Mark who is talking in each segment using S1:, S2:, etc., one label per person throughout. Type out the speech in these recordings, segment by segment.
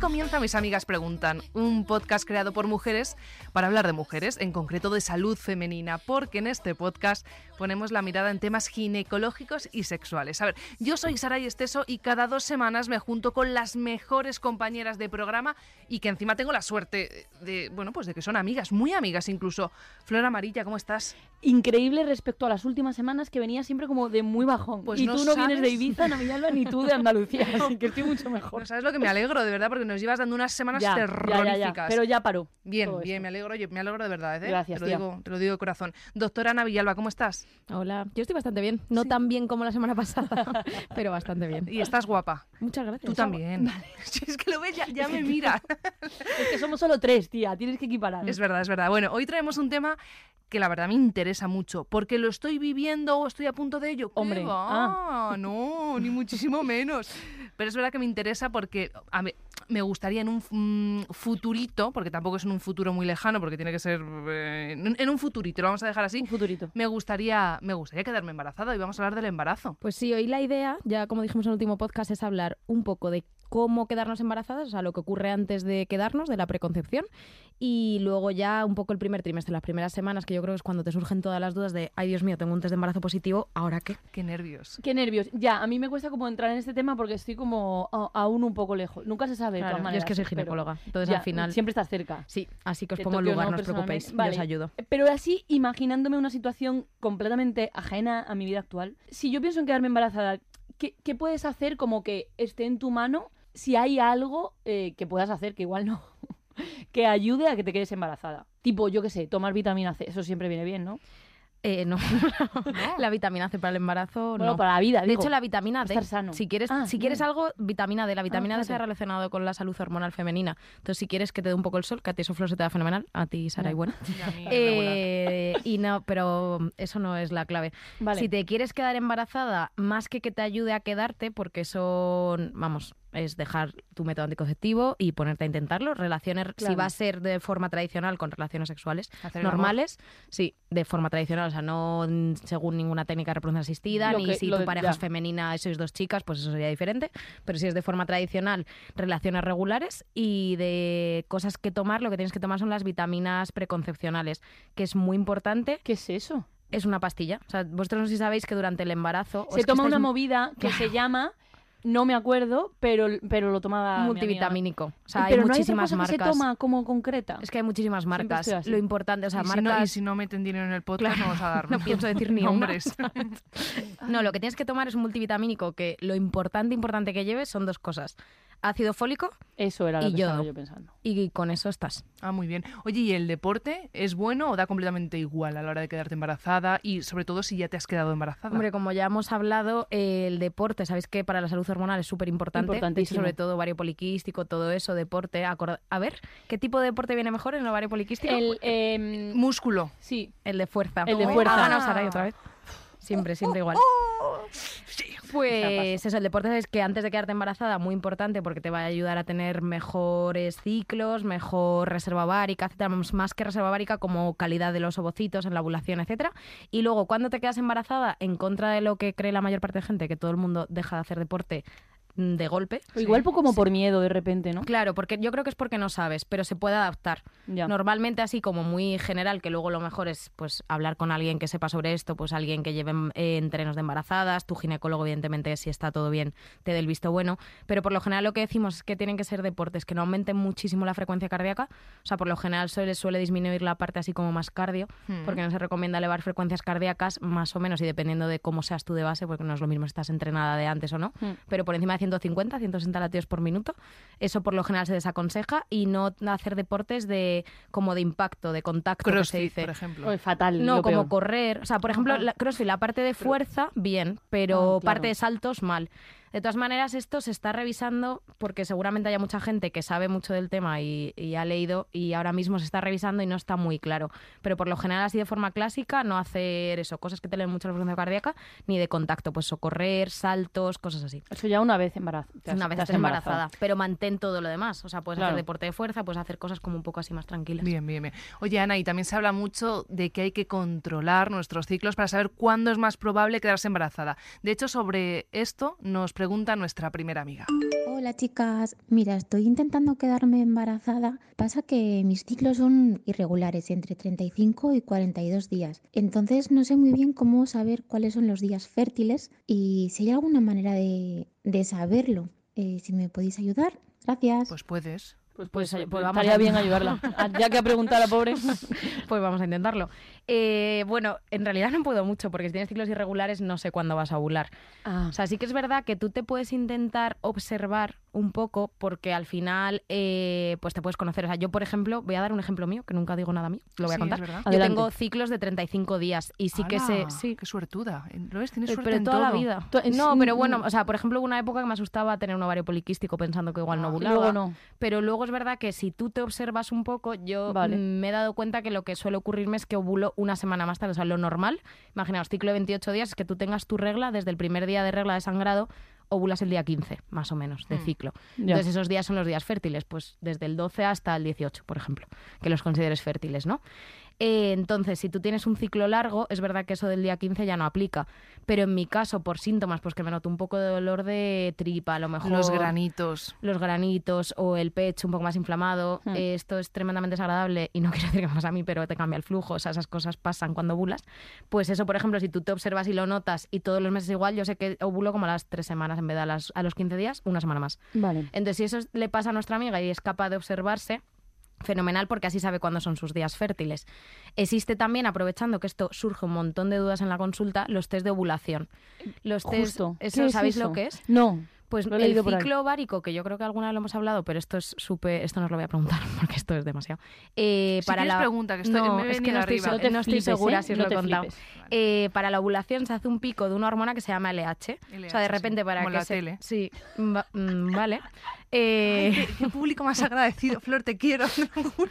S1: comienza Mis Amigas Preguntan, un podcast creado por mujeres para hablar de mujeres, en concreto de salud femenina, porque en este podcast ponemos la mirada en temas ginecológicos y sexuales. A ver, yo soy Saray Esteso y cada dos semanas me junto con las mejores compañeras de programa y que encima tengo la suerte de, bueno, pues de que son amigas, muy amigas incluso. Flor Amarilla, ¿cómo estás?
S2: Increíble respecto a las últimas semanas que venía siempre como de muy bajón.
S1: Pues
S2: y
S1: no
S2: tú no vienes
S1: sabes.
S2: de Ibiza, no Villalba, ni tú de Andalucía, así que estoy mucho mejor.
S1: Bueno, sabes lo que me alegro, de verdad, porque nos llevas dando unas semanas terroríficas.
S2: Pero ya paró.
S1: Bien,
S2: todo
S1: bien,
S2: esto.
S1: me alegro, oye, me alegro de verdad, ¿eh?
S2: Gracias,
S1: te lo
S2: tía.
S1: digo, te lo digo de corazón. Doctora Ana Villalba, ¿cómo estás?
S3: Hola, yo estoy bastante bien. No tan bien como la semana pasada, pero bastante bien.
S1: Y estás guapa.
S3: Muchas gracias.
S1: Tú también. Si es que lo ves, ya, ya me mira.
S2: Es que somos solo tres, tía, tienes que equiparar.
S1: es verdad, es verdad. Bueno, hoy traemos un tema que la verdad me interesa mucho, porque lo estoy viviendo o estoy a punto de ello. ¿Qué
S2: Hombre, ah.
S1: va? No, ni muchísimo menos. Pero es verdad que me interesa porque a mí- me gustaría en un f- mm, futurito, porque tampoco es en un futuro muy lejano, porque tiene que ser eh, en en un futurito, lo vamos a dejar así.
S2: Un futurito.
S1: Me gustaría, me gustaría quedarme embarazada y vamos a hablar del embarazo.
S3: Pues sí, hoy la idea, ya como dijimos en el último podcast, es hablar un poco de cómo quedarnos embarazadas, o sea, lo que ocurre antes de quedarnos, de la preconcepción, y luego ya un poco el primer trimestre, las primeras semanas, que yo creo que es cuando te surgen todas las dudas de, ay Dios mío, tengo un test de embarazo positivo, ¿ahora qué?
S1: Qué nervios.
S2: Qué nervios. Ya, a mí me cuesta como entrar en este tema porque estoy como a- aún un poco lejos. Nunca se sabe. de todas
S3: Claro, yo es
S2: maneras,
S3: que soy
S2: pero-
S3: ginecóloga, entonces
S2: Ya,
S3: al final...
S2: Siempre estás cerca.
S3: Sí, así que os
S2: Te
S3: pongo el
S2: toque o
S3: lugar,
S2: no,
S3: no os preocupéis,
S2: personalmente.
S3: yo os
S2: Vale.
S3: ayudo.
S2: Pero así, imaginándome una situación completamente ajena a mi vida actual, si yo pienso en quedarme embarazada, ¿qué, qué puedes hacer como que esté en tu mano si hay algo eh, que puedas hacer, que igual no, que ayude a que te quedes embarazada? Tipo, yo qué sé, tomar vitamina C, eso siempre viene bien, ¿no?
S3: Eh, no, la vitamina C para el embarazo,
S2: Bueno,
S3: no.
S2: para la vida,
S3: De
S2: digo.
S3: hecho, la vitamina D.
S2: estar sano.
S3: Si quieres,
S2: Ah,
S3: si quieres
S2: no.
S3: algo, vitamina D. La vitamina D se ha
S2: fíjate.
S3: relacionado con la salud hormonal femenina. Entonces, si quieres que te dé un poco el sol, que a ti eso flor se te da fenomenal, a ti, Sara,
S2: Ya.
S3: y bueno.
S1: Y a mí, regular.
S3: Eh, y no, pero eso no es la clave.
S2: Vale.
S3: Si te quieres quedar embarazada, más que que te ayude a quedarte, porque eso, vamos, es dejar tu método anticonceptivo y ponerte a intentarlo. Relaciones, si
S2: Claro.
S3: va a ser de forma tradicional con relaciones sexuales
S1: Hacer el amor.
S3: normales, sí, de forma tradicional, o sea, no mm, según ninguna técnica de reproducción asistida,
S2: Lo
S3: ni
S2: que-
S3: si
S2: lo
S3: tu
S2: de-
S3: pareja es
S2: ya.
S3: femenina y sois dos chicas, pues eso sería diferente. Pero si es de forma tradicional, relaciones regulares y de cosas que tomar, lo que tienes que tomar son las vitaminas preconcepcionales, que es muy importante.
S2: ¿Qué es eso?
S3: Es una pastilla. O sea, vosotros no sé si sabéis que durante el embarazo. o
S2: Se
S3: es que
S2: toma
S3: estáis
S2: una movida que se llama, no me acuerdo, pero, pero lo tomaba. mi amiga.
S3: multivitamínico. O sea, hay
S2: pero
S3: muchísimas
S2: no hay otra cosa
S3: marcas.
S2: Que se toma como concreta.
S3: Es que hay muchísimas
S2: Siempre
S3: marcas.
S2: estoy así.
S3: Lo importante, o sea,
S1: y, si no, y
S3: marcas.
S1: si no meten dinero en el podcast, no vamos a dar
S3: No pienso decir ni una.
S1: nombres.
S2: Ah.
S3: No, lo que tienes que tomar es un multivitamínico que lo importante, importante que lleves son dos cosas. Ácido fólico
S2: Eso era lo
S3: Y
S2: que
S3: yo.
S2: estaba yo pensando.
S3: y con eso estás.
S1: Ah, muy bien. Oye, ¿y el deporte es bueno o da completamente igual a la hora de quedarte embarazada? Y sobre todo si ya te has quedado embarazada.
S3: Hombre, como ya hemos hablado, eh, el deporte, sabéis que para la salud hormonal es súper importante.
S2: Importantísimo.
S3: Sobre todo ovario poliquístico, todo eso, deporte. acorda- A ver, ¿qué tipo de deporte viene mejor en el ovario poliquístico?
S2: El, em,
S1: Músculo.
S2: sí,
S3: El de fuerza.
S2: El de
S3: Ah,
S2: fuerza. Ah.
S3: ganado Sarai otra vez. Siempre, siempre igual. Oh, Pues eso, el deporte es que antes de quedarte embarazada, muy importante porque te va a ayudar a tener mejores ciclos, mejor reserva várica, etcétera, más- más que reserva várica como calidad de los ovocitos en la ovulación, etcétera. Y luego, cuando te quedas embarazada, en contra de lo que cree la mayor parte de gente, que todo el mundo deja de hacer deporte mm, de golpe.
S2: O Igual po- como por miedo de repente, ¿no?
S3: Claro, porque yo creo que es porque no sabes, pero se puede adaptar.
S2: Ya.
S3: Normalmente así como muy general, que luego lo mejor es pues hablar con alguien que sepa sobre esto, pues alguien que lleve eh, entrenos de embarazadas, tu ginecólogo evidentemente si está todo bien te dé el visto bueno, pero por lo general lo que decimos es que tienen que ser deportes que no aumenten muchísimo la frecuencia cardíaca, o sea, por lo general se les suele disminuir la parte así como más cardio,
S1: Hmm.
S3: porque no se recomienda elevar frecuencias cardíacas más o menos y dependiendo de cómo seas tú de base, porque no es lo mismo si estás entrenada de antes o no,
S4: Mm.
S2: Hmm.
S3: pero por encima de 150, 160 latidos por minuto. Eso por lo general se desaconseja y no hacer deportes de como de impacto, de contacto que se
S1: Crossfit,
S3: dice.
S1: por ejemplo.
S2: Oye, fatal.
S3: No,
S2: lo
S3: como
S2: peor.
S3: correr. O sea, por ejemplo,
S2: Ajá.
S3: la, crossfit, la parte de fuerza, bien, pero
S2: Ah, claro.
S3: parte de saltos, mal. De todas maneras, esto se está revisando porque seguramente haya mucha gente que sabe mucho del tema y, y ha leído y ahora mismo se está revisando y no está muy claro. Pero por lo general, así de forma clásica, no hacer eso, cosas que te leen mucho la frecuencia cardíaca, ni de contacto, pues o correr, saltos, cosas así.
S2: Eso ya una vez embarazada.
S3: una vez estás embarazada, pero mantén todo lo demás. O sea, puedes
S2: Claro.
S3: hacer deporte de fuerza, puedes hacer cosas como un poco así más tranquilas.
S1: Bien, bien, bien. Oye, Ana, y también se habla mucho de que hay que controlar nuestros ciclos para saber cuándo es más probable quedarse embarazada. De hecho, sobre esto nos pregunta nuestra primera amiga.
S5: Hola chicas, mira, estoy intentando quedarme embarazada. Pasa que mis ciclos son irregulares, entre 35 y 42 días. Entonces no sé muy bien cómo saber cuáles son los días fértiles y si hay alguna manera de, de saberlo. Eh, si me podéis ayudar, gracias.
S1: Pues puedes.
S4: Pues,
S3: Pues,
S4: pues,
S3: eh, pues vamos
S4: estaría
S3: a-
S4: bien ayudarla. Ah, Ya que ha preguntado la pobre.
S3: Pues vamos a intentarlo. Eh, bueno, en realidad no puedo mucho porque si tienes ciclos irregulares no sé cuándo vas a ovular. O sea, sí que es verdad que tú te puedes intentar observar un poco porque al final eh, pues te puedes conocer. O sea, yo, por ejemplo, voy a dar un ejemplo mío, que nunca digo nada mío, lo voy a
S1: Sí,
S3: contar.
S1: es verdad.
S3: Yo
S4: Adelante.
S3: tengo ciclos de 35 días y sí que sé...
S1: ¡Hala!
S3: Sí. Eh,
S1: Qué suertuda. Lo es, tienes
S3: Pero
S1: suerte
S3: toda
S1: en
S3: la
S1: todo.
S3: vida.
S4: To- es-
S3: No, pero bueno,
S4: mm,
S3: o sea, por ejemplo, hubo una época que me asustaba tener un ovario poliquístico pensando que igual no
S1: Ah,
S4: Y
S3: ovulaba.
S4: Luego no.
S3: Pero luego es verdad que si tú te observas un poco, yo
S4: Vale.
S3: mm, me he dado cuenta que lo que suele ocurrirme es que ovulo una semana más tarde. O sea, lo normal, imaginaos, ciclo de 28 días, es que tú tengas tu regla desde el primer día de regla de sangrado, ovulas el día 15, más o menos, de
S1: Hmm.
S3: ciclo.
S4: Mm. Ya.
S3: Entonces esos días son los días fértiles, pues desde el 12 hasta el 18, por ejemplo, que los consideres fértiles, ¿no? Eh, entonces, si tú tienes un ciclo largo, es verdad que eso del día 15 ya no aplica. Pero en mi caso, por síntomas, pues que me noto un poco de dolor de tripa, a lo mejor
S1: Los granitos.
S3: los granitos o el pecho un poco más inflamado.
S4: Hmm.
S3: Eh, esto es tremendamente desagradable y no quiero decir que me pasa a mí, pero te cambia el flujo. O sea, esas cosas pasan cuando ovulas. Pues eso, por ejemplo, si tú te observas y lo notas y todos los meses igual, yo sé que ovulo como a las tres semanas en vez de a, las- a los 15 días, una semana más.
S4: Vale.
S3: Entonces, si eso es- le pasa a nuestra amiga y es capaz de observarse, fenomenal porque así sabe cuándo son sus días fértiles. Existe también, aprovechando que esto surge un montón de dudas en la consulta, los test de ovulación. Los test,
S4: Justo.
S3: eso,
S4: ¿Qué es
S3: ¿sabéis
S4: eso?
S3: lo que es?
S4: No.
S3: Pues
S4: Lo he
S3: el
S4: leído por ahí.
S3: ciclo ovárico, que yo creo que alguna vez lo hemos hablado, pero esto es súper, esto no os lo voy a preguntar porque esto es demasiado. Eh,
S1: Si quieres pregunta, que estoy-
S3: no,
S1: me he
S3: es que
S1: venido
S3: no estoy,
S1: arriba.
S3: se-
S1: No te
S3: no estoy
S4: flipes,
S3: segura
S4: ¿eh?
S3: si os
S4: No
S3: lo he
S4: te
S3: contado.
S4: flipes.
S3: Eh, para la ovulación se hace un pico de una hormona que se llama LH. o sea,
S1: LH,
S3: de
S1: sí,
S3: repente para
S1: como
S3: que
S1: la
S3: se-
S1: tele.
S3: sí, va- mm, vale. Eh,
S1: Ay, qué, qué público más agradecido. Flor, te quiero, te lo juro.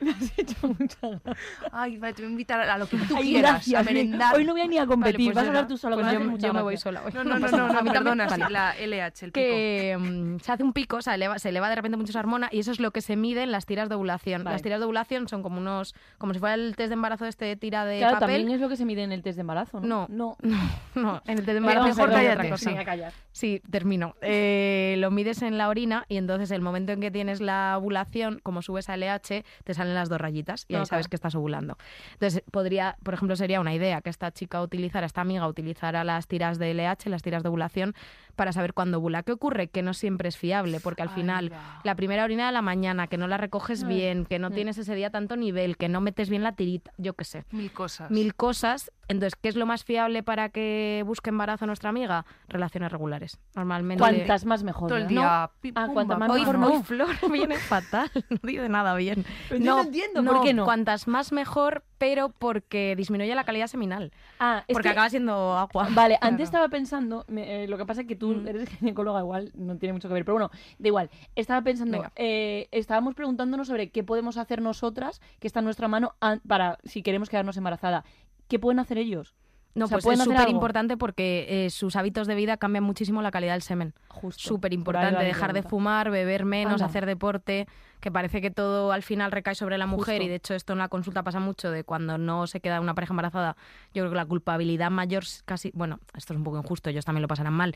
S4: Me has hecho mucha gracia.
S1: Ay, vale, te voy a invitar a lo que tú
S4: Ay,
S1: quieras,
S4: gracias,
S1: a
S4: bien.
S1: merendar.
S4: Hoy no voy a ni a competir,
S3: Vale, pues
S4: vas a
S3: yo
S4: hablar
S3: no.
S4: tú sola.
S3: Pues
S4: que me
S3: yo,
S4: hace mucha
S3: yo me voy
S4: gracia.
S3: sola hoy.
S1: No, no, no,
S3: pasa
S1: no,
S3: nada.
S1: no,
S3: A mí también-
S1: perdona,
S3: vale.
S1: sí, la LH, el pico.
S3: que mm, se hace un pico, o sea, eleva- se eleva de repente muchos hormona y eso es lo que se mide en las tiras de ovulación.
S4: Vale.
S3: Las tiras de ovulación son como unos, como si fuera el test de embarazo este de tira de
S4: Claro,
S3: papel.
S4: también es lo que se mide en el test de embarazo, ¿no?
S3: No.
S4: No.
S3: No, en el test de
S1: Mira,
S3: embarazo
S1: mejor
S3: se mide otra
S1: cállate,
S3: cosa.
S1: sí.
S4: Venga, calla.
S3: Sí, termino. Eh, lo mides en la orina y entonces el momento en que tienes la ovulación, como subes a LH, te salen las dos rayitas y ahí
S4: Ajá.
S3: sabes que estás ovulando. Entonces, podría, por ejemplo, sería una idea que esta chica utilizara, esta amiga utilizara las tiras de LH, las tiras de ovulación, para saber cuándo ovula. ¿Qué ocurre? Que no siempre es fiable, porque al
S1: Ahí
S3: final
S1: va.
S3: la primera orina de la mañana, que no la recoges
S4: Ay.
S3: bien, que no
S4: Mm.
S3: tienes ese día tanto nivel, que no metes bien la tirita, yo qué sé
S1: Mil cosas.
S3: mil cosas. Entonces, ¿qué es lo más fiable para que busque embarazo nuestra amiga? Relaciones regulares. Normalmente.
S4: Cuantas más mejor.
S1: Todo el
S4: ¿verdad?
S1: día. pi-
S4: Ah,
S1: pumba,
S4: cuanta más
S1: pumba,
S3: Hoy,
S4: mejor
S1: ¿no?
S3: hoy Flor viene fatal, no dice nada bien.
S4: Pero yo no entiendo, ¿por qué no?
S3: Cuantas más mejor, pero porque disminuye la calidad seminal.
S4: Ah, es
S3: porque
S4: que-
S3: acaba siendo agua.
S4: Vale,
S1: Claro.
S4: antes estaba pensando, me- eh, lo que pasa es que tú
S3: Mm.
S4: eres ginecóloga igual, no tiene mucho que ver, pero bueno, da igual. Estaba pensando,
S3: Venga.
S4: eh, estábamos preguntándonos sobre qué podemos hacer nosotras, que está en nuestra mano, an- para si queremos quedarnos embarazada. ¿Qué pueden hacer ellos?
S3: No,
S4: o sea,
S3: pues
S4: ¿pueden
S3: es
S4: hacer
S3: súper
S4: algo?
S3: importante porque eh, sus hábitos de vida cambian muchísimo la calidad del semen.
S4: Justo. Por
S3: Súper
S4: ahí va
S3: importante.
S4: mi
S3: Dejar de
S4: pregunta.
S3: fumar, beber menos,
S4: Anda.
S3: hacer deporte, que parece que todo al final recae sobre la mujer
S4: Justo.
S3: y de hecho esto en la consulta pasa mucho de cuando no se queda una pareja embarazada. Yo creo que la culpabilidad mayor es casi, bueno, esto es un poco injusto, ellos también lo pasarán mal.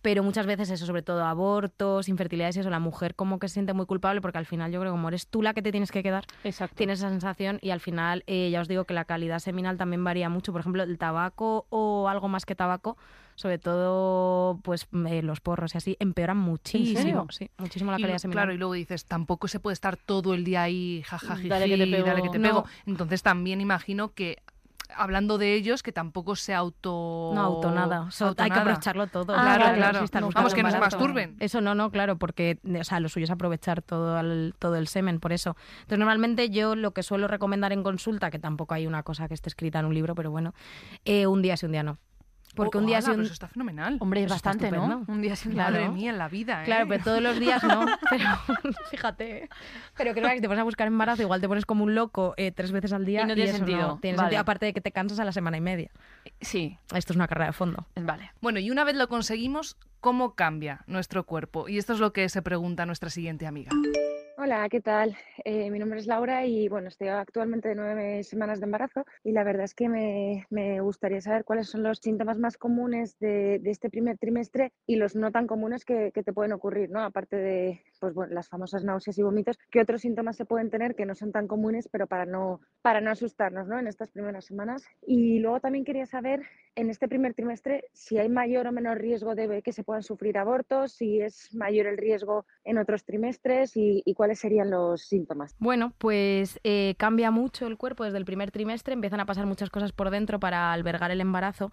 S3: Pero muchas veces eso, sobre todo abortos, infertilidades y eso, la mujer como que se siente muy culpable porque al final yo creo que como eres tú la que te tienes que quedar,
S4: Exacto.
S3: tienes esa sensación y al final eh, ya os digo que la calidad seminal también varía mucho. Por ejemplo, el tabaco o algo más que tabaco, sobre todo pues mm, eh, los porros y así, empeoran
S4: serio?
S3: muchísimo, sí, muchísimo la
S1: Y
S3: calidad
S1: lu-
S3: seminal.
S1: claro, y luego dices, tampoco se puede estar todo el día ahí, jajajiji,
S4: Dale que te pego.
S1: dale que te
S3: No.
S1: pego. Entonces también imagino que, hablando de ellos, que tampoco se auto...
S3: No, auto nada. So- hay que
S1: autonada.
S3: aprovecharlo todo.
S4: Ah,
S1: claro,
S4: vale.
S1: claro.
S3: Sí, estar
S4: No,
S3: buscando
S1: Vamos, que nos
S3: embarazo.
S1: masturben.
S3: Eso no, no, claro, porque o sea, lo suyo es aprovechar todo el, todo el semen, por eso. Entonces, normalmente yo lo que suelo recomendar en consulta, que tampoco hay una cosa que esté escrita en un libro, pero bueno, eh, un día sí, un día no. Porque
S1: Oh,
S3: un día sí,
S1: ojalá,
S3: un...
S1: pero eso está fenomenal.
S4: Hombre, es
S3: Eso está
S4: bastante, ¿no?
S3: estupendo.
S4: Un día sin
S3: Claro.
S1: Madre mía, en la vida, ¿eh?
S3: Claro, pero todos los días no. Pero, fíjate. ¿eh? Pero creo que si te pones a buscar embarazo, igual te pones como un loco eh, tres veces al día.
S4: Y no tiene
S3: eso
S4: sentido.
S3: tiene
S4: Vale.
S3: sentido, aparte de que te cansas a la semana y media.
S4: Sí,
S3: Esto es una carrera de fondo.
S4: vale.
S1: Bueno, y una vez lo conseguimos, ¿cómo cambia nuestro cuerpo? Y esto es lo que se pregunta nuestra siguiente amiga.
S6: Hola, ¿qué tal? Eh, mi nombre es Laura y bueno, estoy actualmente de nueve semanas de embarazo y la verdad es que me, me gustaría saber cuáles son los síntomas más comunes de, de este primer trimestre y los no tan comunes que, que te pueden ocurrir, ¿no? Aparte de pues, bueno, las famosas náuseas y vómitos, ¿qué otros síntomas se pueden tener que no son tan comunes, pero para no, para no asustarnos ¿no? en estas primeras semanas? Y luego también quería saber en este primer trimestre si hay mayor o menor riesgo de que se puedan sufrir abortos, si es mayor el riesgo en otros trimestres y, y cuál cuáles serían los síntomas?
S3: Bueno, pues eh, cambia mucho el cuerpo desde el primer trimestre, empiezan a pasar muchas cosas por dentro para albergar el embarazo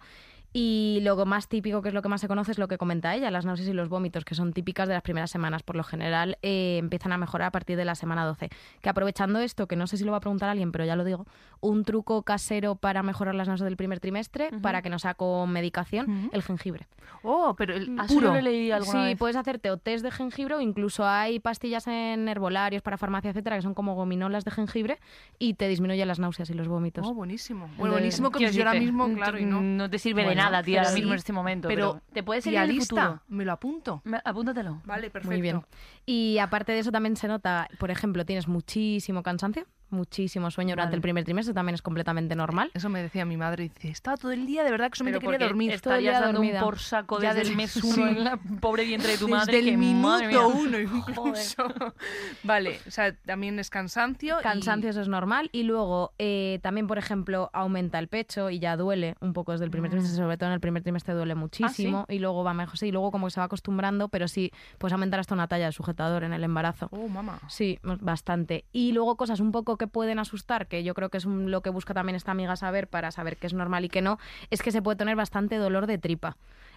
S3: y lo más típico, que es lo que más se conoce, es lo que comenta ella, las náuseas y los vómitos, que son típicas de las primeras semanas. Por lo general eh, empiezan a mejorar a partir de la semana 12. Que aprovechando esto, que no sé si lo va a preguntar alguien, pero ya lo digo, un truco casero para mejorar las náuseas del primer trimestre,
S4: Ujú.
S3: para que no sea con medicación,
S4: Ujú.
S3: el jengibre.
S1: Oh, pero el
S4: Ah,
S1: puro.
S4: solo lo leí alguna
S3: sí,
S4: vez.
S3: puedes hacerte o test de jengibre o incluso hay pastillas en herbolarios para farmacia, etcétera, que son como gominolas de jengibre y te disminuyen las náuseas y los vómitos.
S1: Oh, buenísimo. Bueno,
S3: de-
S1: buenísimo que
S2: Quiero
S1: yo ahora
S2: decirte,
S1: mismo, claro, y no.
S2: No te sirve
S3: Bueno,
S2: de nada, tío, ahora
S3: pero
S2: mismo
S3: sí.
S2: en este momento.
S1: Pero
S2: Pero,
S4: ¿Te puede
S1: Y
S4: servir en el futuro?
S1: lista, me lo apunto.
S4: Me- Apúntatelo.
S1: Vale, perfecto.
S3: Muy bien. Y aparte de eso también se nota, por ejemplo, tienes muchísimo cansancio, muchísimo sueño durante
S4: Vale.
S3: el primer trimestre, también es completamente normal.
S1: Eso me decía mi madre. Dice, estaba todo el día, de verdad que solamente
S2: pero
S1: quería
S2: porque
S1: dormir.
S3: todo el día
S2: estarías dando
S3: dormida.
S2: un por saco
S1: Ya
S2: desde
S1: desde-
S2: el mes
S1: sí.
S2: uno en la pobre vientre de tu madre.
S1: Desde el
S2: que, madre
S1: minuto
S2: mía.
S1: uno incluso. vale, o sea, también es cansancio. y-
S3: Cansancio eso es normal y luego eh, también, por ejemplo, aumenta el pecho y ya duele un poco desde el primer trimestre, sobre todo en el primer trimestre duele muchísimo y luego va mejor, sí, y luego como que se va acostumbrando, pero sí, pues aumentar hasta una talla de sujetador en el embarazo.
S1: Oh, mamá.
S3: Sí, bastante. Y luego cosas un poco que pueden asustar, que yo creo que es un- lo que busca también esta amiga saber para saber qué es normal y qué no, es que se puede tener bastante dolor de tripa.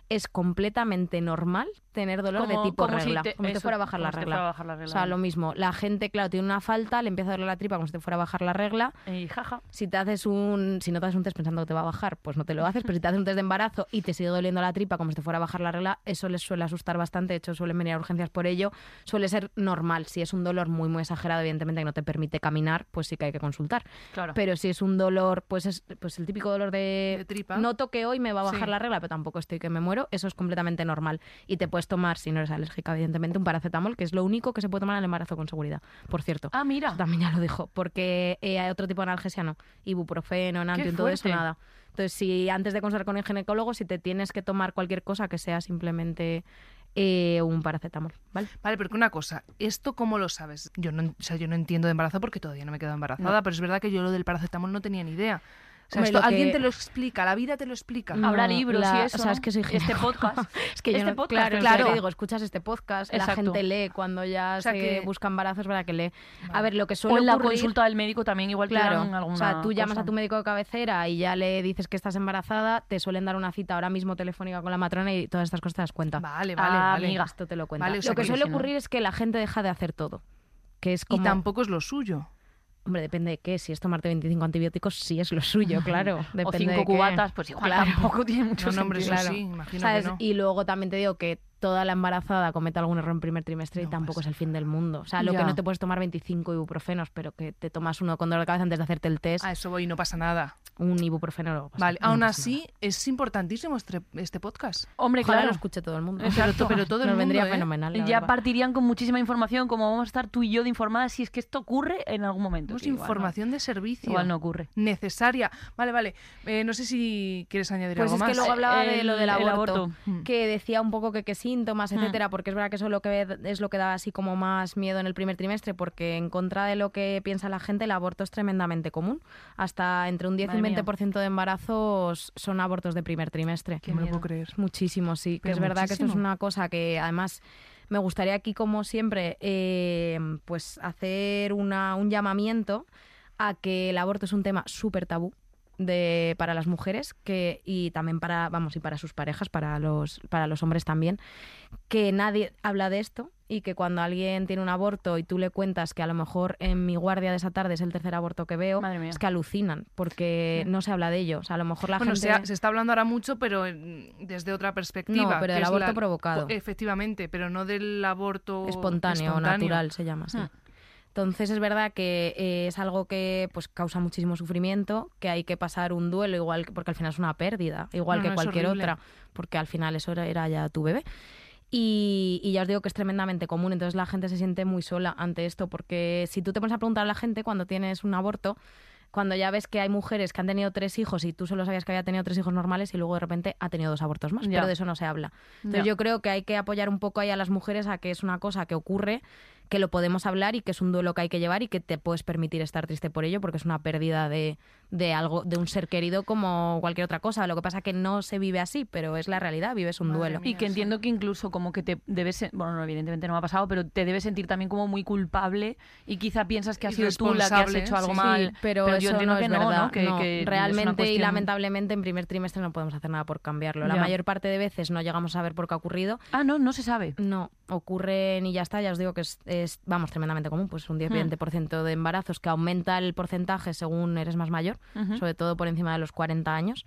S3: Es completamente normal tener dolor
S2: Como-
S3: de tipo
S2: como si
S3: regla,
S2: te-
S3: como si te
S2: eso,
S3: fuera a bajar
S2: como
S3: la
S2: si te
S3: regla.
S2: fuera a bajar la
S3: O
S2: regla.
S3: sea, lo mismo. La gente, claro, tiene una falta, le empieza a doler la tripa como si te fuera a bajar la regla.
S2: Y jaja.
S3: Si te haces un, si no te haces un test pensando que te va a bajar, pues no te lo haces. Pero si te haces un test de embarazo y te sigue doliendo la tripa como si te fuera a bajar la regla, eso les suele asustar bastante. De hecho, suelen venir a urgencias por ello. Suele ser normal. Si es un dolor muy muy exagerado, evidentemente que no te permite caminar, pues sí que hay que consultar.
S2: Claro.
S3: Pero si es un dolor, pues es pues el típico dolor de,
S1: De tripa.
S3: noto que hoy me va a bajar
S1: Sí.
S3: la regla, pero tampoco estoy que me muero. Eso es completamente normal y te puedes tomar, si no eres alérgica, evidentemente un paracetamol, que es lo único que se puede tomar en el embarazo con seguridad. Por cierto.
S2: ah, mira.
S3: Eso También ya lo dijo, porque eh, hay otro tipo de analgesia, no. Ibuprofeno, Nantium, todo eso,
S2: fuerte!
S3: nada. Entonces, si antes de consultar con el ginecólogo, si te tienes que tomar cualquier cosa que sea simplemente eh, un paracetamol, ¿vale?
S1: Vale, pero que una cosa, ¿esto cómo lo sabes? Yo no, o sea, yo no entiendo de embarazo porque todavía no me he quedado embarazada, pero es verdad que yo lo del paracetamol no tenía ni idea. O sea,
S3: Hombre,
S1: esto
S3: lo que-
S1: alguien te lo explica, la vida te lo explica.
S3: No,
S2: Habrá libros
S3: la-
S2: y eso.
S3: o sea, es
S2: ¿no?
S3: que soy
S2: Este
S3: ginecóloga.
S2: podcast.
S3: Es que yo
S2: Este
S3: no-
S2: podcast,
S3: claro,
S2: pero
S3: claro.
S2: claro.
S3: digo, escuchas este podcast, la
S2: Exacto.
S3: gente lee cuando ya
S1: O sea
S3: se
S1: que-
S3: busca embarazos para que lee. A ver, lo que
S2: O
S3: suele
S2: en la
S3: ocurrir-
S2: consulta del médico también igual te
S3: Claro,
S2: dan alguna
S3: o sea, tú llamas
S2: cosa.
S3: a tu médico de cabecera y ya le dices que estás embarazada, te suelen dar una cita ahora mismo telefónica con la matrona y todas estas cosas te das cuenta.
S1: Vale, vale,
S2: Ah,
S1: vale.
S2: amiga.
S3: Esto te lo cuenta.
S1: Vale, o sea
S3: lo que
S1: que
S3: suele
S2: si no-
S3: ocurrir es que la gente deja de hacer todo. Que es
S1: Y
S3: como.
S1: tampoco es lo suyo.
S3: Hombre, depende de qué. Si es tomarte 25 antibióticos, sí es lo suyo, claro.
S2: O
S3: Depende
S2: cinco
S3: de qué.
S2: cubatas, pues igual
S3: Claro.
S2: tampoco tiene mucho
S1: No, no, hombre, eso
S2: sentido.
S1: sí, imagino
S3: ¿Sabes?
S1: que no.
S3: Y luego también te digo que toda la embarazada comete algún error en primer trimestre
S1: No
S3: y tampoco es
S1: pasa
S3: el fin del mundo. O sea, lo
S2: Ya.
S3: que no te puedes tomar 25 ibuprofenos, pero que te tomas uno con dolor de cabeza antes de hacerte el test,
S1: A eso voy, no pasa nada.
S3: un ibuprofeno. luego pasa-
S1: Vale,
S3: no
S1: aún
S3: pasa
S1: así es importantísimo este, este podcast.
S2: Hombre,
S3: nada. Ojalá
S2: claro.
S3: lo escuche todo el mundo.
S1: Pero, to- pero todo el mundo,
S3: Nos vendría
S1: ¿eh?
S3: fenomenal. la
S2: ya
S3: verdad.
S2: partirían con muchísima información, como vamos a estar tú y yo de informadas si es que esto ocurre en algún momento.
S1: Tenemos
S2: que igual no-
S1: información de servicio.
S2: Igual no ocurre.
S1: Necesaria. Vale, vale. Eh, no sé si quieres añadir
S3: Pues
S1: algo
S3: es
S1: más.
S3: que luego hablaba de
S2: El-
S3: lo del
S2: el
S3: aborto,
S2: aborto.
S1: Mm.
S3: que decía un poco que qué síntomas,
S2: Mm.
S3: etcétera, porque es verdad que eso es lo que es lo que da así como más miedo en el primer trimestre, porque en contra de lo que piensa la gente, el aborto es tremendamente común. Hasta entre un 10 y
S2: Madre
S3: un
S2: mía.
S3: 20% de embarazos son abortos de primer trimestre.
S1: No me lo puedo creer.
S3: Es Muchísimo, sí. Que
S1: Pero
S3: es verdad que esto es
S1: muchísimo.
S3: una cosa que además me gustaría aquí, como siempre, eh, pues hacer una, un llamamiento a que el aborto es un tema súper tabú. De, para las mujeres que y también para vamos y para sus parejas para los para los hombres también que nadie habla de esto y que cuando alguien tiene un aborto y tú le cuentas que a lo mejor en mi guardia de esa tarde es el tercer aborto que veo
S2: Madre mía.
S3: es que alucinan porque no se habla de ello o sea a lo mejor la
S1: bueno,
S3: gente
S1: se, ha- se está hablando ahora mucho, pero en- desde otra perspectiva.
S3: No, pero
S1: que
S3: del
S1: es
S3: aborto provocado.
S1: po- Efectivamente, pero no del aborto
S3: espontáneo,
S1: espontáneo. Ah.
S3: natural se llama así.
S2: Hmm.
S3: Entonces es verdad que eh, es algo que pues causa muchísimo sufrimiento, que hay que pasar un duelo igual que- porque al final es una pérdida, igual
S1: No,
S3: que
S1: no, es
S3: cualquier
S1: horrible.
S3: otra, porque al final eso era, era ya tu bebé. Y, y ya os digo que es tremendamente común, entonces la gente se siente muy sola ante esto, porque si tú te pones a preguntar a la gente cuando tienes un aborto, cuando ya ves que hay mujeres que han tenido tres hijos y tú solo sabías que había tenido tres hijos normales y luego de repente ha tenido dos abortos más,
S2: Ya.
S3: pero de eso no se habla. Entonces
S2: Ya.
S3: yo creo que hay que apoyar un poco ahí a las mujeres a que es una cosa que ocurre, que lo podemos hablar y que es un duelo que hay que llevar y que te puedes permitir estar triste por ello porque es una pérdida de, de algo, de un ser querido como cualquier otra cosa. Lo que pasa que no se vive así, pero es la realidad, vives un
S1: Madre
S3: duelo.
S1: mía.
S2: Y que entiendo que incluso como que te debes, se- bueno, no, evidentemente no me ha pasado, pero te debes sentir también como muy culpable y quizá piensas que has sido tú la que has
S1: Irresponsable,
S2: hecho algo
S1: sí.
S2: mal,
S3: Sí, pero,
S2: yo
S3: eso
S2: entiendo
S3: no
S2: que
S3: es
S2: no,
S3: verdad.
S2: ¿no? Que-
S3: no.
S2: que es una
S3: Realmente y
S2: cuestión-
S3: lamentablemente en primer trimestre no podemos hacer nada por cambiarlo. La
S2: Ya.
S3: mayor parte de veces no llegamos a ver por qué ha ocurrido.
S2: Ah, no, no se sabe.
S3: No, ocurren y ya está. Ya os digo que es, es, vamos, tremendamente común. Pues un 10-20% de embarazos que aumenta el porcentaje según eres más mayor,
S2: Ujú.
S3: sobre todo por encima de los 40 años.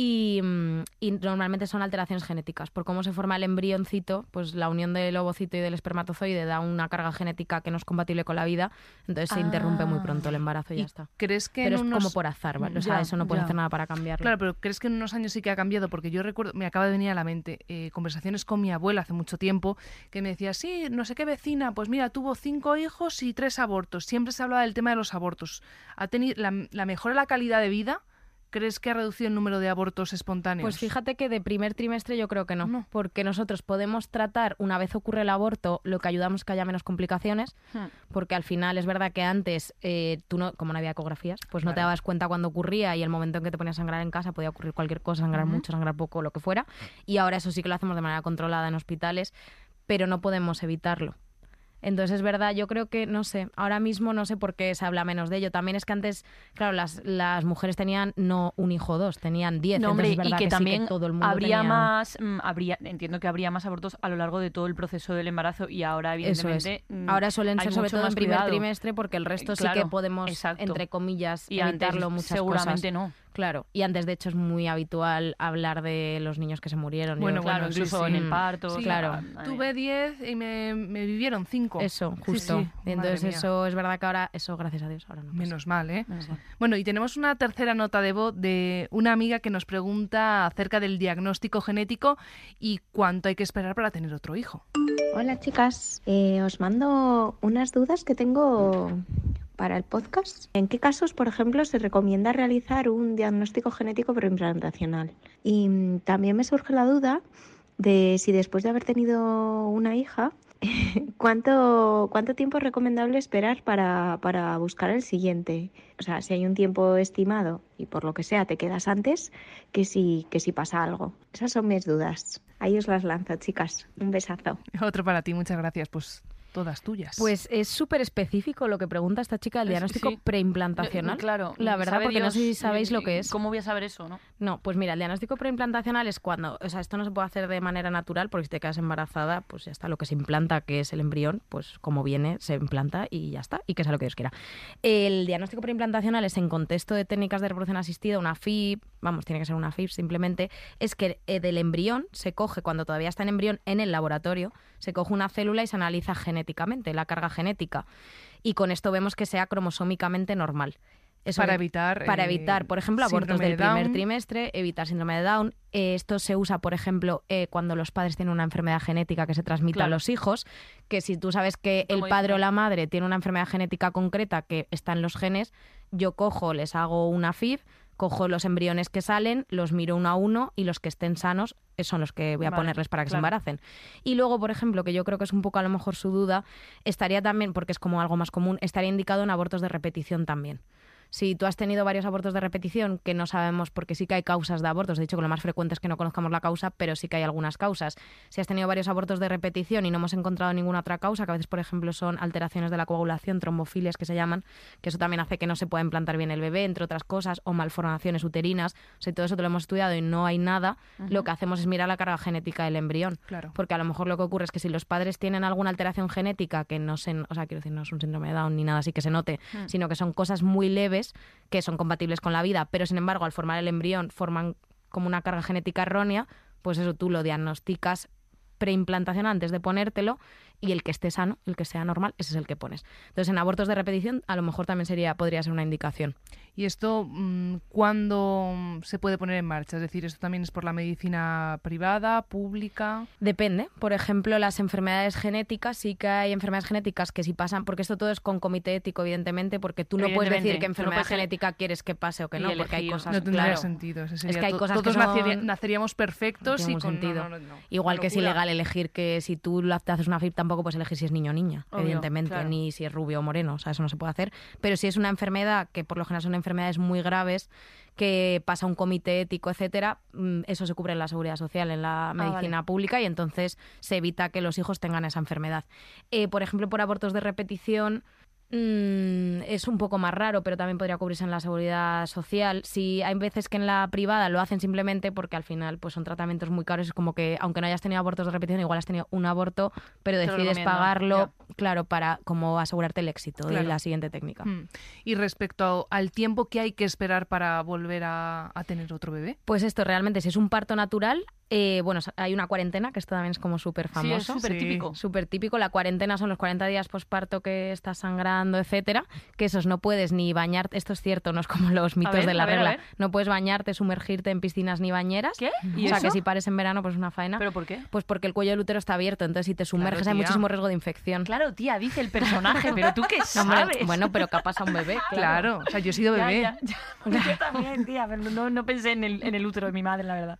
S3: Y, mm, y normalmente son alteraciones genéticas. Por cómo se forma el embrioncito, pues la unión del ovocito y del espermatozoide da una carga genética que no es compatible con la vida. Entonces se interrumpe muy
S2: Ah.
S3: pronto el embarazo y
S1: ¿Y
S3: ya está.
S1: ¿Crees que
S3: Pero
S1: en
S3: es
S1: unos-
S3: como por azar, ¿vale? O sea,
S2: Ya,
S3: eso no puedes
S2: ya.
S3: hacer nada para cambiarlo.
S1: Claro, pero ¿crees que en unos años sí que ha cambiado? Porque yo recuerdo, me acaba de venir a la mente eh, conversaciones con mi abuela hace mucho tiempo que me decía, sí, no sé qué vecina, pues mira, tuvo cinco hijos y tres abortos. Siempre se hablaba del tema de los abortos. ¿Ha tenido la, la mejora de la calidad de vida? ¿Crees que ha reducido el número de abortos espontáneos?
S3: Pues fíjate que de primer trimestre yo creo que no,
S1: No.
S3: porque nosotros podemos tratar, una vez ocurre el aborto, lo que ayudamos es que haya menos complicaciones,
S1: Hmm.
S3: porque al final es verdad que antes, eh, tú no, como no había ecografías, pues no te
S1: Claro.
S3: dabas cuenta cuando ocurría y el momento en que te ponías a sangrar en casa podía ocurrir cualquier cosa, sangrar mucho, sangrar poco, lo que fuera, y ahora eso sí que lo hacemos de manera controlada en hospitales, pero no podemos evitarlo. Entonces es verdad, yo creo que, no sé, ahora mismo no sé por qué se habla menos de ello. También es que antes, claro, las, las mujeres tenían no un hijo o dos, tenían diez.
S2: No, hombre,
S3: Entonces es
S2: y
S3: verdad
S2: que,
S3: sí
S2: también
S3: todo el mundo
S2: habría
S3: tenía-
S2: más, mm, habría, entiendo que habría más abortos a lo largo de todo el proceso del embarazo y ahora
S3: Eso es.
S2: evidentemente mm,
S3: Ahora suelen
S2: hay
S3: ser sobre
S2: mucho
S3: todo
S2: más
S3: en primer
S2: cuidado.
S3: trimestre porque el resto sí que
S2: Claro,
S3: podemos,
S2: exacto.
S3: entre comillas,
S2: y antes
S3: evitarlo muchas
S2: seguramente
S3: cosas.
S2: no.
S3: Claro. Y antes, de hecho, es muy habitual hablar de los niños que se murieron. Yo
S1: Bueno,
S3: creo que-
S2: Claro,
S1: sí,
S2: incluso
S1: sí.
S2: en
S3: Mm,
S2: el parto,
S1: Sí, ah,
S2: o sea, ah,
S3: claro.
S2: madre mía.
S1: Tuve diez y me, me vivieron cinco.
S3: Eso, justo.
S1: sí. Madre
S3: Entonces
S1: mía.
S3: eso es verdad que ahora, eso gracias a Dios, ahora no. pasa.
S1: Menos mal, ¿eh?
S2: Menos mal.
S1: Bueno, y tenemos una tercera nota de voz de una amiga que nos pregunta acerca del diagnóstico genético y cuánto hay que esperar para tener otro hijo.
S7: Hola chicas, Eh, os mando unas dudas que tengo para el podcast. ¿En qué casos, por ejemplo, se recomienda realizar un diagnóstico genético preimplantacional? Y mm, también me surge la duda de si después de haber tenido una hija, ¿cuánto, cuánto tiempo es recomendable esperar para, para buscar el siguiente? O sea, si hay un tiempo estimado y por lo que sea te quedas antes, que si, que si pasa algo. Esas son mis dudas. Ahí os las lanzo, chicas. Un besazo.
S1: Otro para ti, muchas gracias. Pues todas tuyas.
S3: Pues es súper específico lo que pregunta esta chica del
S2: Es-
S3: diagnóstico
S2: sí.
S3: preimplantacional.
S2: Claro,
S3: La verdad,
S2: sabe
S3: porque no sé si
S2: Dios,
S3: sabéis lo que es.
S2: ¿Cómo voy a saber eso, no?
S3: No, pues mira, el diagnóstico preimplantacional es cuando, o sea, esto no se puede hacer de manera natural porque si te quedas embarazada, pues ya está, lo que se implanta, que es el embrión, pues como viene, se implanta y ya está, y que sea lo que Dios quiera. El diagnóstico preimplantacional es en contexto de técnicas de reproducción asistida, una FIP, vamos, tiene que ser una FIP simplemente, es que eh, del embrión se coge, cuando todavía está en embrión, en el laboratorio, se coge una célula y se analiza genéticamente, la carga genética. Y con esto vemos que sea cromosómicamente normal. Eso
S1: para
S3: que-
S1: evitar.
S3: para
S1: eh,
S3: evitar, por ejemplo, abortos
S1: síndrome
S3: del
S1: de
S3: primer
S1: Down.
S3: trimestre, evitar síndrome de Down. Eh, esto se usa, por ejemplo, eh, cuando los padres tienen una enfermedad genética que se transmite a
S2: Claro.
S3: los hijos, que si tú sabes que
S2: Lo
S3: el
S2: modifican.
S3: padre o la madre tiene una enfermedad genética concreta que está en los genes, yo cojo, les hago una FIV, cojo los embriones que salen, los miro uno a uno y los que estén sanos eh, son los que voy a
S2: Vale,
S3: ponerles para que se
S2: claro.
S3: embaracen. Y luego, por ejemplo, que yo creo que es un poco a lo mejor su duda, estaría también, porque es como algo más común, estaría indicado en abortos de repetición también. Si tú has tenido varios abortos de repetición, que no sabemos porque sí que hay causas de abortos, de hecho que lo más frecuente es que no conozcamos la causa, pero sí que hay algunas causas. Si has tenido varios abortos de repetición y no hemos encontrado ninguna otra causa, que a veces por ejemplo son alteraciones de la coagulación, trombofilias que se llaman, que eso también hace que no se pueda implantar bien el bebé, entre otras cosas, o malformaciones uterinas, o sea, todo eso te lo hemos estudiado y no hay nada, lo que hacemos es mirar la carga genética del embrión.
S1: Claro.
S3: Porque a lo mejor lo que ocurre es que si los padres tienen alguna alteración genética, que no se, o sea, quiero decir, no es un síndrome de Down ni nada así que se note, sino que son cosas muy leves que son compatibles con la vida, pero sin embargo, al formar el embrión forman como una carga genética errónea, pues eso tú lo diagnosticas preimplantación antes de ponértelo y el que esté sano, el que sea normal, ese es el que pones. Entonces, en abortos de repetición, a lo mejor también sería, podría ser una indicación.
S1: ¿Y esto mm, cuándo mm, se puede poner en marcha? Es decir, ¿esto también es por la medicina privada, pública?
S3: Depende. Por ejemplo, las enfermedades genéticas, sí que hay enfermedades genéticas que si pasan, porque esto todo es con comité ético, evidentemente, porque tú no puedes decir qué enfermedad no genética quieres que pase o que no, porque hay cosas...
S1: No tendría
S3: claro,
S1: sentido. Ese sería es que hay cosas todos que son... naceríamos perfectos no y con...
S3: Sentido. No, Igual que es ilegal elegir que si tú te haces una FIP tampoco puedes elegir si es niño o niña, Obvio, evidentemente, claro. ni si es rubio o moreno, o sea, eso no se puede hacer. Pero si es una enfermedad que por lo general son enfermedades muy graves, que pasa un comité ético, etcétera, mm, eso se cubre en la seguridad social, en la medicina ah, vale. pública y entonces se evita que los hijos tengan esa enfermedad. Eh, por ejemplo, por abortos de repetición, Mm, es un poco más raro, pero también podría cubrirse en la seguridad social. Si hay veces que en la privada lo hacen simplemente porque al final pues son tratamientos muy caros, es como que aunque no hayas tenido abortos de repetición, igual has tenido un aborto, pero Te decides pagarlo, yeah. claro, para como asegurarte el éxito claro. de la siguiente técnica. Mm.
S1: Y respecto al tiempo que hay que esperar para volver a, a tener otro bebé?
S3: Pues esto realmente, si es un parto natural, eh, bueno, hay una cuarentena, que esto también es como súper famoso.
S2: Sí, súper sí. típico.
S3: Súper típico. La cuarentena son los 40 días posparto que estás sangrando, etcétera. Que esos no puedes ni bañarte. Esto es cierto, no es como los mitos ver, de la regla. Ver, ver. No puedes bañarte, sumergirte en piscinas ni bañeras.
S2: ¿Qué?
S3: ¿Y o sea, eso? que si pares en verano, pues una faena.
S2: ¿Pero por qué?
S3: Pues porque el cuello del útero está abierto. Entonces, si te sumerges, claro, hay muchísimo riesgo de infección.
S2: Claro, tía, dice el personaje, pero tú qué sabes.
S3: bueno, pero capaz a un bebé.
S1: Claro. claro. O sea, yo he sido bebé.
S2: Ya, ya, ya. Yo también, tía, pero no, no pensé en el, en el útero de mi madre, la verdad.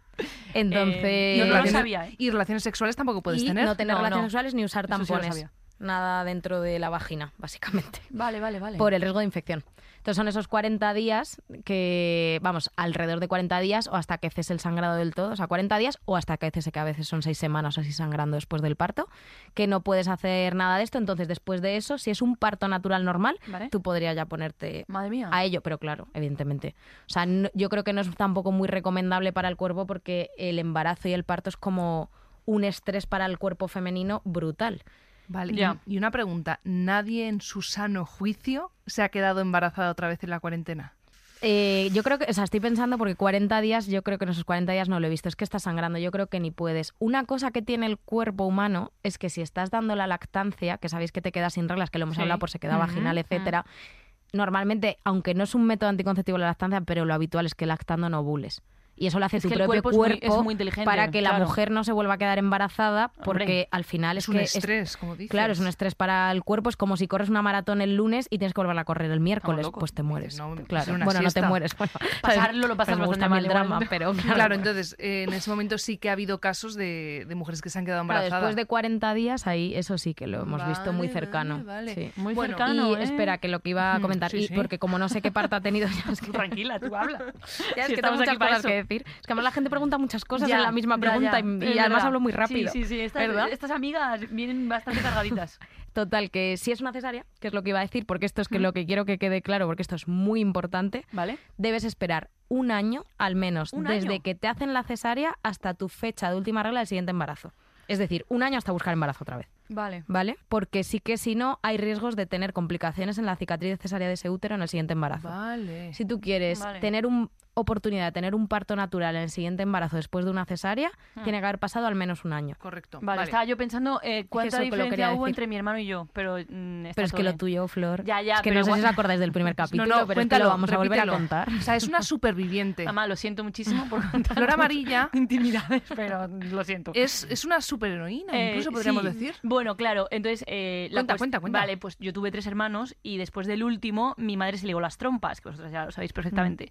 S3: Entonces.
S2: Eh, y, relaciones, no sabía, ¿eh?
S1: y relaciones sexuales tampoco puedes
S3: y
S1: tener.
S3: No tener no, relaciones no. sexuales ni usar tampones. Sí nada dentro de la vagina, básicamente.
S2: Vale, vale, vale.
S3: Por el riesgo de infección. Entonces son esos 40 días que, vamos, alrededor de 40 días o hasta que cese el sangrado del todo, o sea, 40 días o hasta que cese, que a veces son 6 semanas o así sangrando después del parto, que no puedes hacer nada de esto. Entonces, después de eso, si es un parto natural normal, ¿Vale? tú podrías ya ponerte
S2: Madre mía.
S3: a ello, pero claro, evidentemente. O sea, no, yo creo que no es tampoco muy recomendable para el cuerpo porque el embarazo y el parto es como un estrés para el cuerpo femenino brutal.
S1: Vale, yeah. y, una pregunta, ¿nadie en su sano juicio se ha quedado embarazada otra vez en la cuarentena?
S3: Eh, yo creo que, o sea, estoy pensando porque 40 días, yo creo que en esos 40 días no lo he visto, es que estás sangrando, yo creo que ni puedes. Una cosa que tiene el cuerpo humano es que si estás dando la lactancia, que sabéis que te quedas sin reglas, que lo hemos sí. hablado por sequedad uh -huh,
S2: ah.
S3: vaginal, etcétera, uh -huh. normalmente, aunque no es un método anticonceptivo la lactancia, pero lo habitual es que lactando no ovules y eso lo hace
S2: es
S3: tu
S2: que
S3: propio
S2: cuerpo,
S3: cuerpo
S2: es muy, es muy inteligente,
S3: para que
S2: claro.
S3: la mujer no se vuelva a quedar embarazada porque Hombre, al final es,
S1: es un
S3: que
S1: estrés, como dices.
S3: Claro, es un estrés para el cuerpo, es como si corres una maratón el lunes y tienes que volver a correr el miércoles, no, pues te mueres. No, claro. Bueno, siesta. no te mueres. Bueno,
S2: Pasarlo lo pasas bastante
S3: me gusta
S2: mal
S3: el drama, pero
S1: claro. claro entonces eh, en ese momento sí que ha habido casos de, de mujeres que se han quedado embarazadas.
S3: Claro, después de 40 días ahí eso sí que lo hemos
S1: vale,
S3: visto muy cercano.
S1: Vale,
S3: sí.
S2: Muy bueno, cercano.
S3: Y eh. espera que lo que iba a comentar
S1: sí,
S3: y,
S1: sí.
S3: porque como no sé qué parto ha tenido
S2: tranquila, tú habla.
S3: Ya es que tengo muchas cosas que decir. Es que además la gente pregunta muchas cosas
S2: ya,
S3: en la misma pregunta
S2: ya, ya.
S3: y, y además hablo muy rápido.
S2: Sí, sí, sí. Estas, estas amigas vienen bastante cargaditas.
S3: Total, que si es una cesárea, que es lo que iba a decir, porque esto es que lo que quiero que quede claro, porque esto es muy importante,
S2: ¿Vale?
S3: debes esperar un año al menos,
S2: ¿Un
S3: desde
S2: año?
S3: que te hacen la cesárea hasta tu fecha de última regla del siguiente embarazo. Es decir, un año hasta buscar embarazo otra vez.
S2: Vale.
S3: ¿Vale? Porque sí que si no, hay riesgos de tener complicaciones en la cicatriz cesárea de ese útero en el siguiente embarazo.
S1: Vale.
S3: Si tú quieres
S2: Vale.
S3: tener un oportunidad de tener un parto natural en el siguiente embarazo después de una cesárea,
S2: Ah.
S3: tiene que haber pasado al menos un año.
S1: Correcto.
S2: Vale, estaba yo pensando eh, cuánta
S3: eso que lo
S2: diferencia
S3: quería
S2: hubo
S3: decir.
S2: entre mi hermano y yo, pero mm, está
S3: Pero es
S2: todo
S3: que lo
S2: bien.
S3: tuyo, Flor.
S2: Ya, ya,
S3: es que
S2: pero
S3: no sé si
S2: igual-
S3: os acordáis del primer capítulo,
S1: no,
S3: pero es que
S1: cuéntalo,
S3: lo vamos a volver
S1: repítelo.
S3: a contar.
S1: O sea, es una superviviente.
S2: Mamá, lo siento muchísimo por contar
S1: Flor amarilla
S2: intimidades, pero lo siento.
S1: es, es una superheroína,
S2: Eh,
S1: incluso podríamos
S2: sí.
S1: decir.
S2: Bueno, claro, entonces... eh, la
S1: Cuenta,
S2: cuest-
S1: cuenta, cuenta.
S2: Vale, pues yo tuve tres hermanos y después del último mi madre se ligó las trompas, que vosotras ya lo sabéis perfectamente.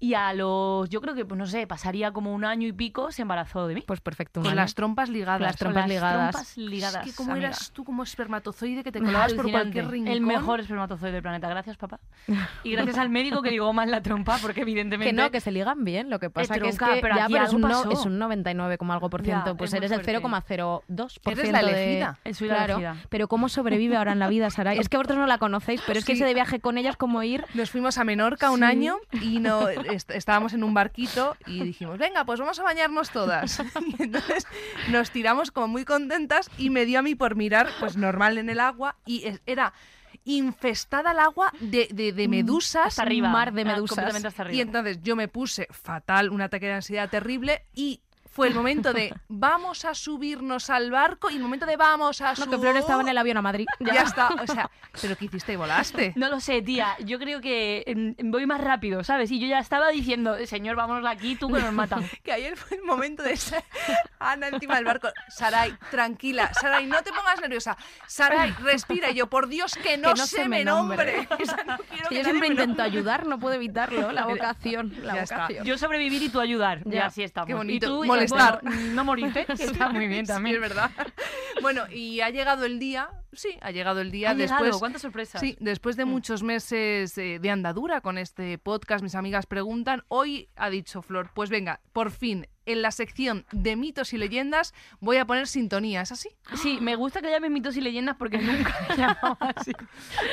S2: Y a los, yo creo que, pues no sé, pasaría como un año y pico, se embarazó de mí.
S3: Pues perfecto, un
S1: Con
S3: año.
S1: las trompas ligadas.
S3: Las trompas
S2: Con
S3: ligadas.
S2: trompas ligadas,
S1: Es que como
S2: amiga.
S1: eras tú como espermatozoide que te colabas por
S2: Alucinante.
S1: cualquier rincón.
S2: El mejor espermatozoide del planeta. Gracias, papá. Y gracias al médico que ligó más la trompa, porque evidentemente...
S3: Que no, que se ligan bien. Lo que pasa que es
S2: tronca,
S3: que
S2: pero
S3: ya
S2: aquí
S3: pero es, un
S2: algo
S3: no-
S2: pasó.
S3: es un 99, como algo por ciento.
S2: Ya,
S3: pues
S2: es muy
S3: eres el
S2: fuerte.
S3: 0,02 por
S1: Eres la
S3: ciento de-
S1: elegida.
S2: Eh, soy la
S3: Claro.
S2: elegida.
S3: Pero cómo sobrevive ahora en la vida, Saray. Es que vosotros no la conocéis, pero es que
S1: Sí.
S3: ese de viaje con ella es como ir...
S1: Nos fuimos a Menorca un
S3: Sí.
S1: año y no est- estábamos en un barquito y dijimos, venga, pues vamos a bañarnos todas. Y entonces nos tiramos como muy contentas y me dio a mí por mirar, pues normal en el agua, y es- era infestada el agua de, de-
S3: Mm,
S1: de medusas.
S2: Hasta arriba.
S3: mar de
S2: Ah,
S3: medusas.
S2: completamente hasta arriba.
S1: Y entonces yo me puse fatal, un ataque de ansiedad terrible y fue el momento de vamos a subirnos al barco y el momento de vamos a
S3: No,
S1: subir.
S3: que Flor estaba en el avión a Madrid.
S1: Ya. está, o sea, pero ¿qué hiciste? ¿Volaste?
S2: No lo sé, tía. Yo creo que mm, voy más rápido, ¿sabes? Y yo ya estaba diciendo, señor, vámonos de aquí, tú que nos matan.
S1: Que ayer fue el momento de esa Ana encima del barco. Saray, tranquila. Saray, no te pongas nerviosa. Saray, respira. Y yo, por Dios, que no, se, me nombre. O sea, no quiero
S3: Es que
S1: que
S3: yo
S1: nadie
S3: siempre
S1: me
S3: intento ayudar, no puedo evitarlo. La vocación, la
S1: Ya está.
S3: vocación.
S2: Yo sobrevivir y tú ayudar.
S3: Ya.
S2: Ya, así estamos.
S1: Qué bonito.
S2: Y tú, eh,
S1: Molestar.
S2: bueno, no morirte. que está muy bien
S1: Sí,
S2: también.
S1: es verdad. Bueno, y ha llegado el día, sí, ha llegado el día
S2: Ha
S1: después.
S2: llegado, cuántas sorpresas.
S1: Sí, después de muchos meses eh, de andadura con este podcast, mis amigas preguntan, hoy ha dicho Flor, pues venga, por fin, en la sección de mitos y leyendas voy a poner sintonía, ¿es así?
S2: Sí, me gusta que llamen mitos y leyendas porque nunca he llamado así.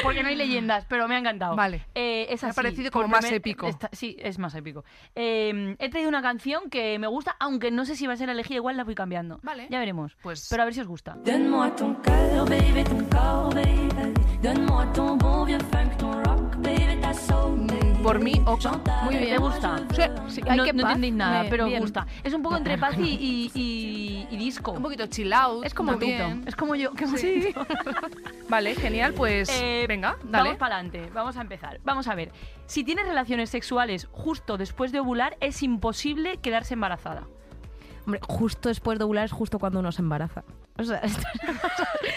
S2: Porque no hay leyendas, pero me ha encantado.
S1: Vale.
S2: Eh, es
S1: Me ha
S2: así,
S1: parecido como
S2: por
S1: más
S2: primer-
S1: épico.
S2: está- sí, es más épico. Eh, he traído una canción que me gusta, aunque no sé si va a ser elegida, igual la voy cambiando.
S1: Vale.
S2: Ya veremos.
S1: Pues
S2: Pero a ver si os gusta.
S8: Donne-moi ton cœur, baby, ton corps, baby. Donne-moi ton bon vieux funk, ton rock, baby, ta soul, baby.
S1: por mí, ok.
S3: Muy
S2: ¿Te gusta?
S3: Sí,
S2: no,
S3: qué
S2: no
S3: paz.
S2: entendéis nada,
S3: Me-
S2: pero os
S3: bien.
S2: gusta. Es un poco entre paz y, y- y- y disco.
S1: un poquito chill out.
S2: es como tú.
S1: también.
S2: Es como yo. que
S1: Sí. Vale, genial, pues
S2: Eh,
S1: venga,
S2: Vamos
S1: dale.
S2: para adelante, vamos a empezar. Vamos a ver. Si tienes relaciones sexuales justo después de ovular, es imposible quedarse embarazada.
S3: Hombre, justo después de ovular es justo cuando uno se embaraza. O sea, esto-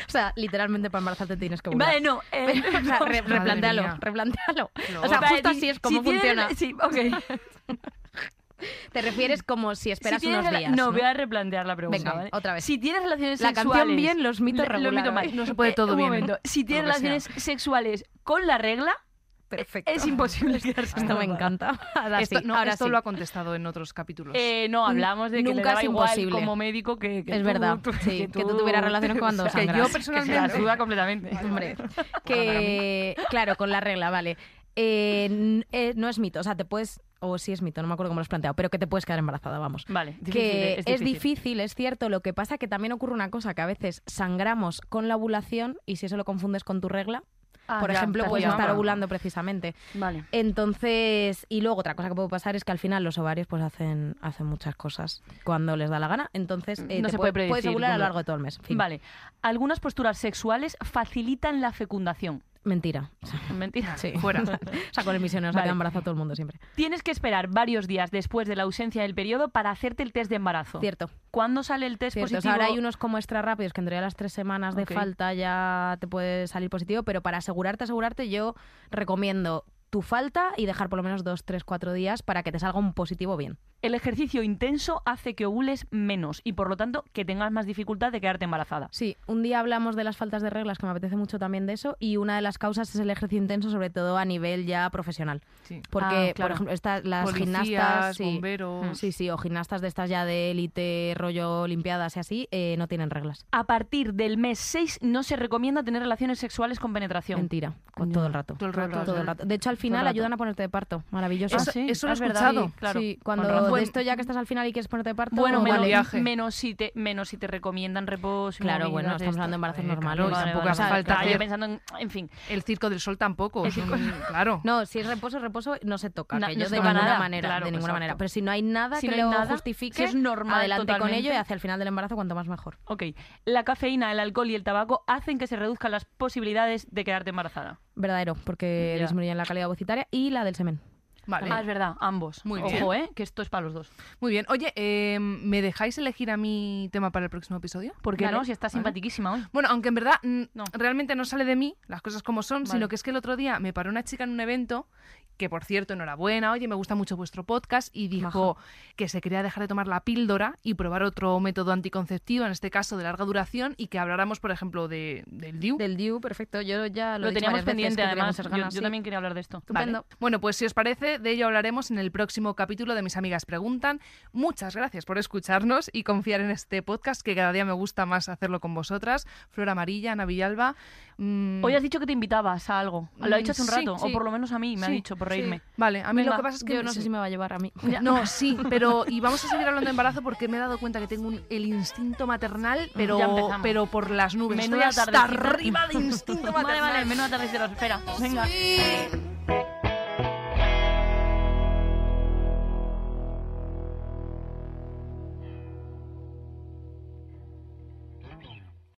S3: o sea, literalmente para embarazarte tienes que ovular.
S2: Vale, no. eh,
S3: Pero, o sea,
S1: Madre
S3: re- replantéalo,
S1: mía.
S3: replantéalo.
S1: Flor.
S3: O sea,
S2: vale,
S3: justo
S2: di-
S3: así es como
S2: si tienes-
S3: funciona.
S2: Sí, ok.
S3: Te refieres como si esperas
S2: Si tienes
S3: unos
S2: rela-
S3: días.
S2: No,
S3: ¿no?
S2: voy a replantear la pregunta.
S3: Venga,
S2: ¿vale?
S3: otra vez.
S2: Si tienes relaciones
S3: La
S2: sexuales.
S3: canción bien, los mitos
S2: le- los mitos
S3: regular,
S2: mal.
S3: ¿eh?
S1: No se puede
S2: Eh,
S1: todo
S2: un
S1: bien.
S2: momento. Si tienes
S1: Lo que sea.
S2: relaciones sexuales con la regla,
S3: Perfecto. pues,
S2: es imposible quedarse
S3: Esto me
S2: embarazada.
S3: encanta. Ahora
S1: Esto,
S3: sí,
S1: no,
S3: ahora
S1: esto
S3: sí.
S1: lo ha contestado en otros capítulos.
S2: Eh, no, hablamos de que
S3: Nunca
S2: le daba
S3: es
S2: igual
S3: imposible.
S2: como médico que, que
S3: Es
S2: tú-
S3: verdad,
S2: tú-
S3: sí, que tú tuvieras relaciones cuando
S2: o sea, que yo
S3: sangras.
S2: personalmente
S1: Que se la
S2: duda completamente.
S3: Hombre, que claro, con la regla, vale. Eh, n- eh, no es mito, o sea, te puedes, o sí es mito, no me acuerdo cómo lo has planteado, pero que te puedes quedar embarazada, vamos.
S2: Vale, difícil,
S3: que
S2: eh,
S3: es difícil. es cierto. Lo que pasa que también ocurre una cosa, que a veces sangramos con la ovulación y si eso lo confundes con tu regla,
S2: Ah,
S3: por
S2: ya,
S3: ejemplo,
S2: te
S3: puedes
S2: llama.
S3: estar ovulando precisamente.
S2: Vale.
S3: Entonces, y luego otra cosa que puede pasar es que al final los ovarios pues hacen, hacen muchas cosas cuando les da la gana. Entonces, eh,
S2: No
S3: te
S2: se puede
S3: puedes
S2: predecir,
S3: ovular a lo
S2: nunca.
S3: largo de todo el mes. Fin.
S2: Vale. Algunas posturas sexuales facilitan la fecundación.
S3: Mentira. O sea,
S2: Mentira.
S3: sí.
S1: Fuera.
S3: O sea, con el misionero se
S2: Ah, Vale.
S3: queda embarazado todo el mundo siempre.
S2: Tienes que esperar varios días después de la ausencia del periodo para hacerte el test de embarazo.
S3: Cierto.
S2: ¿Cuándo sale el test
S3: Cierto, o
S2: positivo?
S3: sea, ahora hay unos como extra rápidos que entre las tres semanas de
S2: Ok.
S3: falta ya te puede salir positivo, pero para asegurarte, asegurarte, yo recomiendo tu falta y dejar por lo menos dos, tres, cuatro días para que te salga un positivo bien.
S2: El ejercicio intenso hace que ovules menos y por lo tanto que tengas más dificultad de quedarte embarazada.
S3: Sí, un día hablamos de las faltas de reglas, que me apetece mucho también de eso, y una de las causas es el ejercicio intenso, sobre todo a nivel ya profesional.
S1: Sí.
S3: Porque,
S2: Ah, claro.
S3: por ejemplo, estas las
S1: Policías,
S3: gimnastas... sí. Mm,
S1: bomberos.
S3: Sí, sí, o gimnastas de estas ya de élite, rollo olimpiadas y así, eh, no tienen reglas.
S2: A partir del mes 6 no se recomienda tener relaciones sexuales con penetración.
S3: Mentira, con
S2: Ya.
S3: todo el rato.
S1: Todo el rato.
S3: Todo el rato. De hecho, al final
S2: rato.
S3: ayudan a ponerte de parto. Maravilloso.
S1: Eso-
S2: Ah, sí,
S1: eso lo
S2: es
S1: he
S2: verdad,
S1: escuchado.
S2: sí, claro.
S3: Sí,
S1: Con
S3: cuando
S1: razón.
S3: de esto ya que estás al final y quieres ponerte de parto,
S2: Bueno, menos,
S3: vale.
S1: viaje.
S2: menos si te, menos si te recomiendan reposo. y
S3: Claro,
S2: movidas
S3: bueno,
S2: de
S3: estamos
S2: estas.
S3: hablando de embarazos
S1: Vale,
S3: normales.
S1: claro,
S3: tampoco
S1: vale,
S3: hace
S1: vale,
S3: falta.
S1: claro.
S3: hacer-
S2: Yo pensando en, en fin,
S1: El circo del sol tampoco. es un- claro.
S3: No, si es reposo, reposo, no se toca.
S2: Na-
S3: que
S2: no
S3: yo
S2: se
S3: de
S2: toca
S3: ninguna
S2: nada,
S3: manera,
S2: claro,
S3: de ninguna
S2: exacto.
S3: manera. Pero si no hay nada
S2: Si
S3: que
S2: no hay
S3: lo
S2: nada,
S3: justifique, ah,
S2: si es normal
S3: adelante con
S2: totalmente.
S3: ello y hacia el final del embarazo cuanto más mejor.
S2: Ok. La cafeína, el alcohol y el tabaco hacen que se reduzcan las posibilidades de quedarte embarazada.
S3: Verdadero, porque
S2: Ya.
S3: disminuyen la calidad vocitaria y la del semen.
S1: Vale.
S2: Ah, es verdad, ambos.
S1: Muy
S2: Ojo, ¿eh? Que esto es para los dos.
S1: Muy bien. Oye, eh, ¿me dejáis elegir a mi tema para el próximo episodio?
S2: ¿Por qué
S1: Dale.
S2: no? Si está simpatiquísima hoy.
S1: Bueno, aunque en verdad mm,
S2: No.
S1: realmente no sale de mí las cosas como son,
S2: Vale.
S1: sino que es que el otro día me paró una chica en un evento, que por cierto, enhorabuena, oye, me gusta mucho vuestro podcast, y dijo que se quería dejar de tomar la píldora y probar otro método anticonceptivo, en este caso de larga duración, y que habláramos, por ejemplo, de, del DIU.
S3: Del DIU, perfecto. Yo ya
S2: Lo,
S3: lo, he dicho
S2: teníamos
S3: varias veces,
S2: pendiente,
S3: que tenía
S2: además.
S3: muchas
S2: Yo,
S3: ganas,
S2: yo
S3: sí.
S2: también quería hablar de esto.
S1: Vale. Bueno, pues si os parece, de ello hablaremos en el próximo capítulo de Mis Amigas Preguntan. Muchas gracias por escucharnos y confiar en este podcast, que cada día me gusta más hacerlo con vosotras. Flor Amarilla, Ana Villalba. mm,
S2: Hoy has dicho que te invitabas a algo. Lo
S3: Mm,
S2: ha dicho hace un
S1: Sí,
S2: rato,
S1: sí.
S2: o por lo menos a mí me ha
S1: Sí,
S2: dicho por reírme.
S1: Vale, a mí lo
S2: Venga,
S1: que pasa es que
S3: Yo no sé si me va a llevar a mí.
S1: No, sí, pero y vamos a seguir hablando de embarazo porque me he dado cuenta que tengo un- el instinto maternal, pero,
S2: Mm, Ya empezamos.
S1: pero por las nubes.
S2: Menuda
S1: Estoy hasta
S2: tardecita.
S1: arriba de instinto
S2: Vale,
S1: maternal.
S2: vale, menos tarde se lo espera. Venga.
S8: Sweet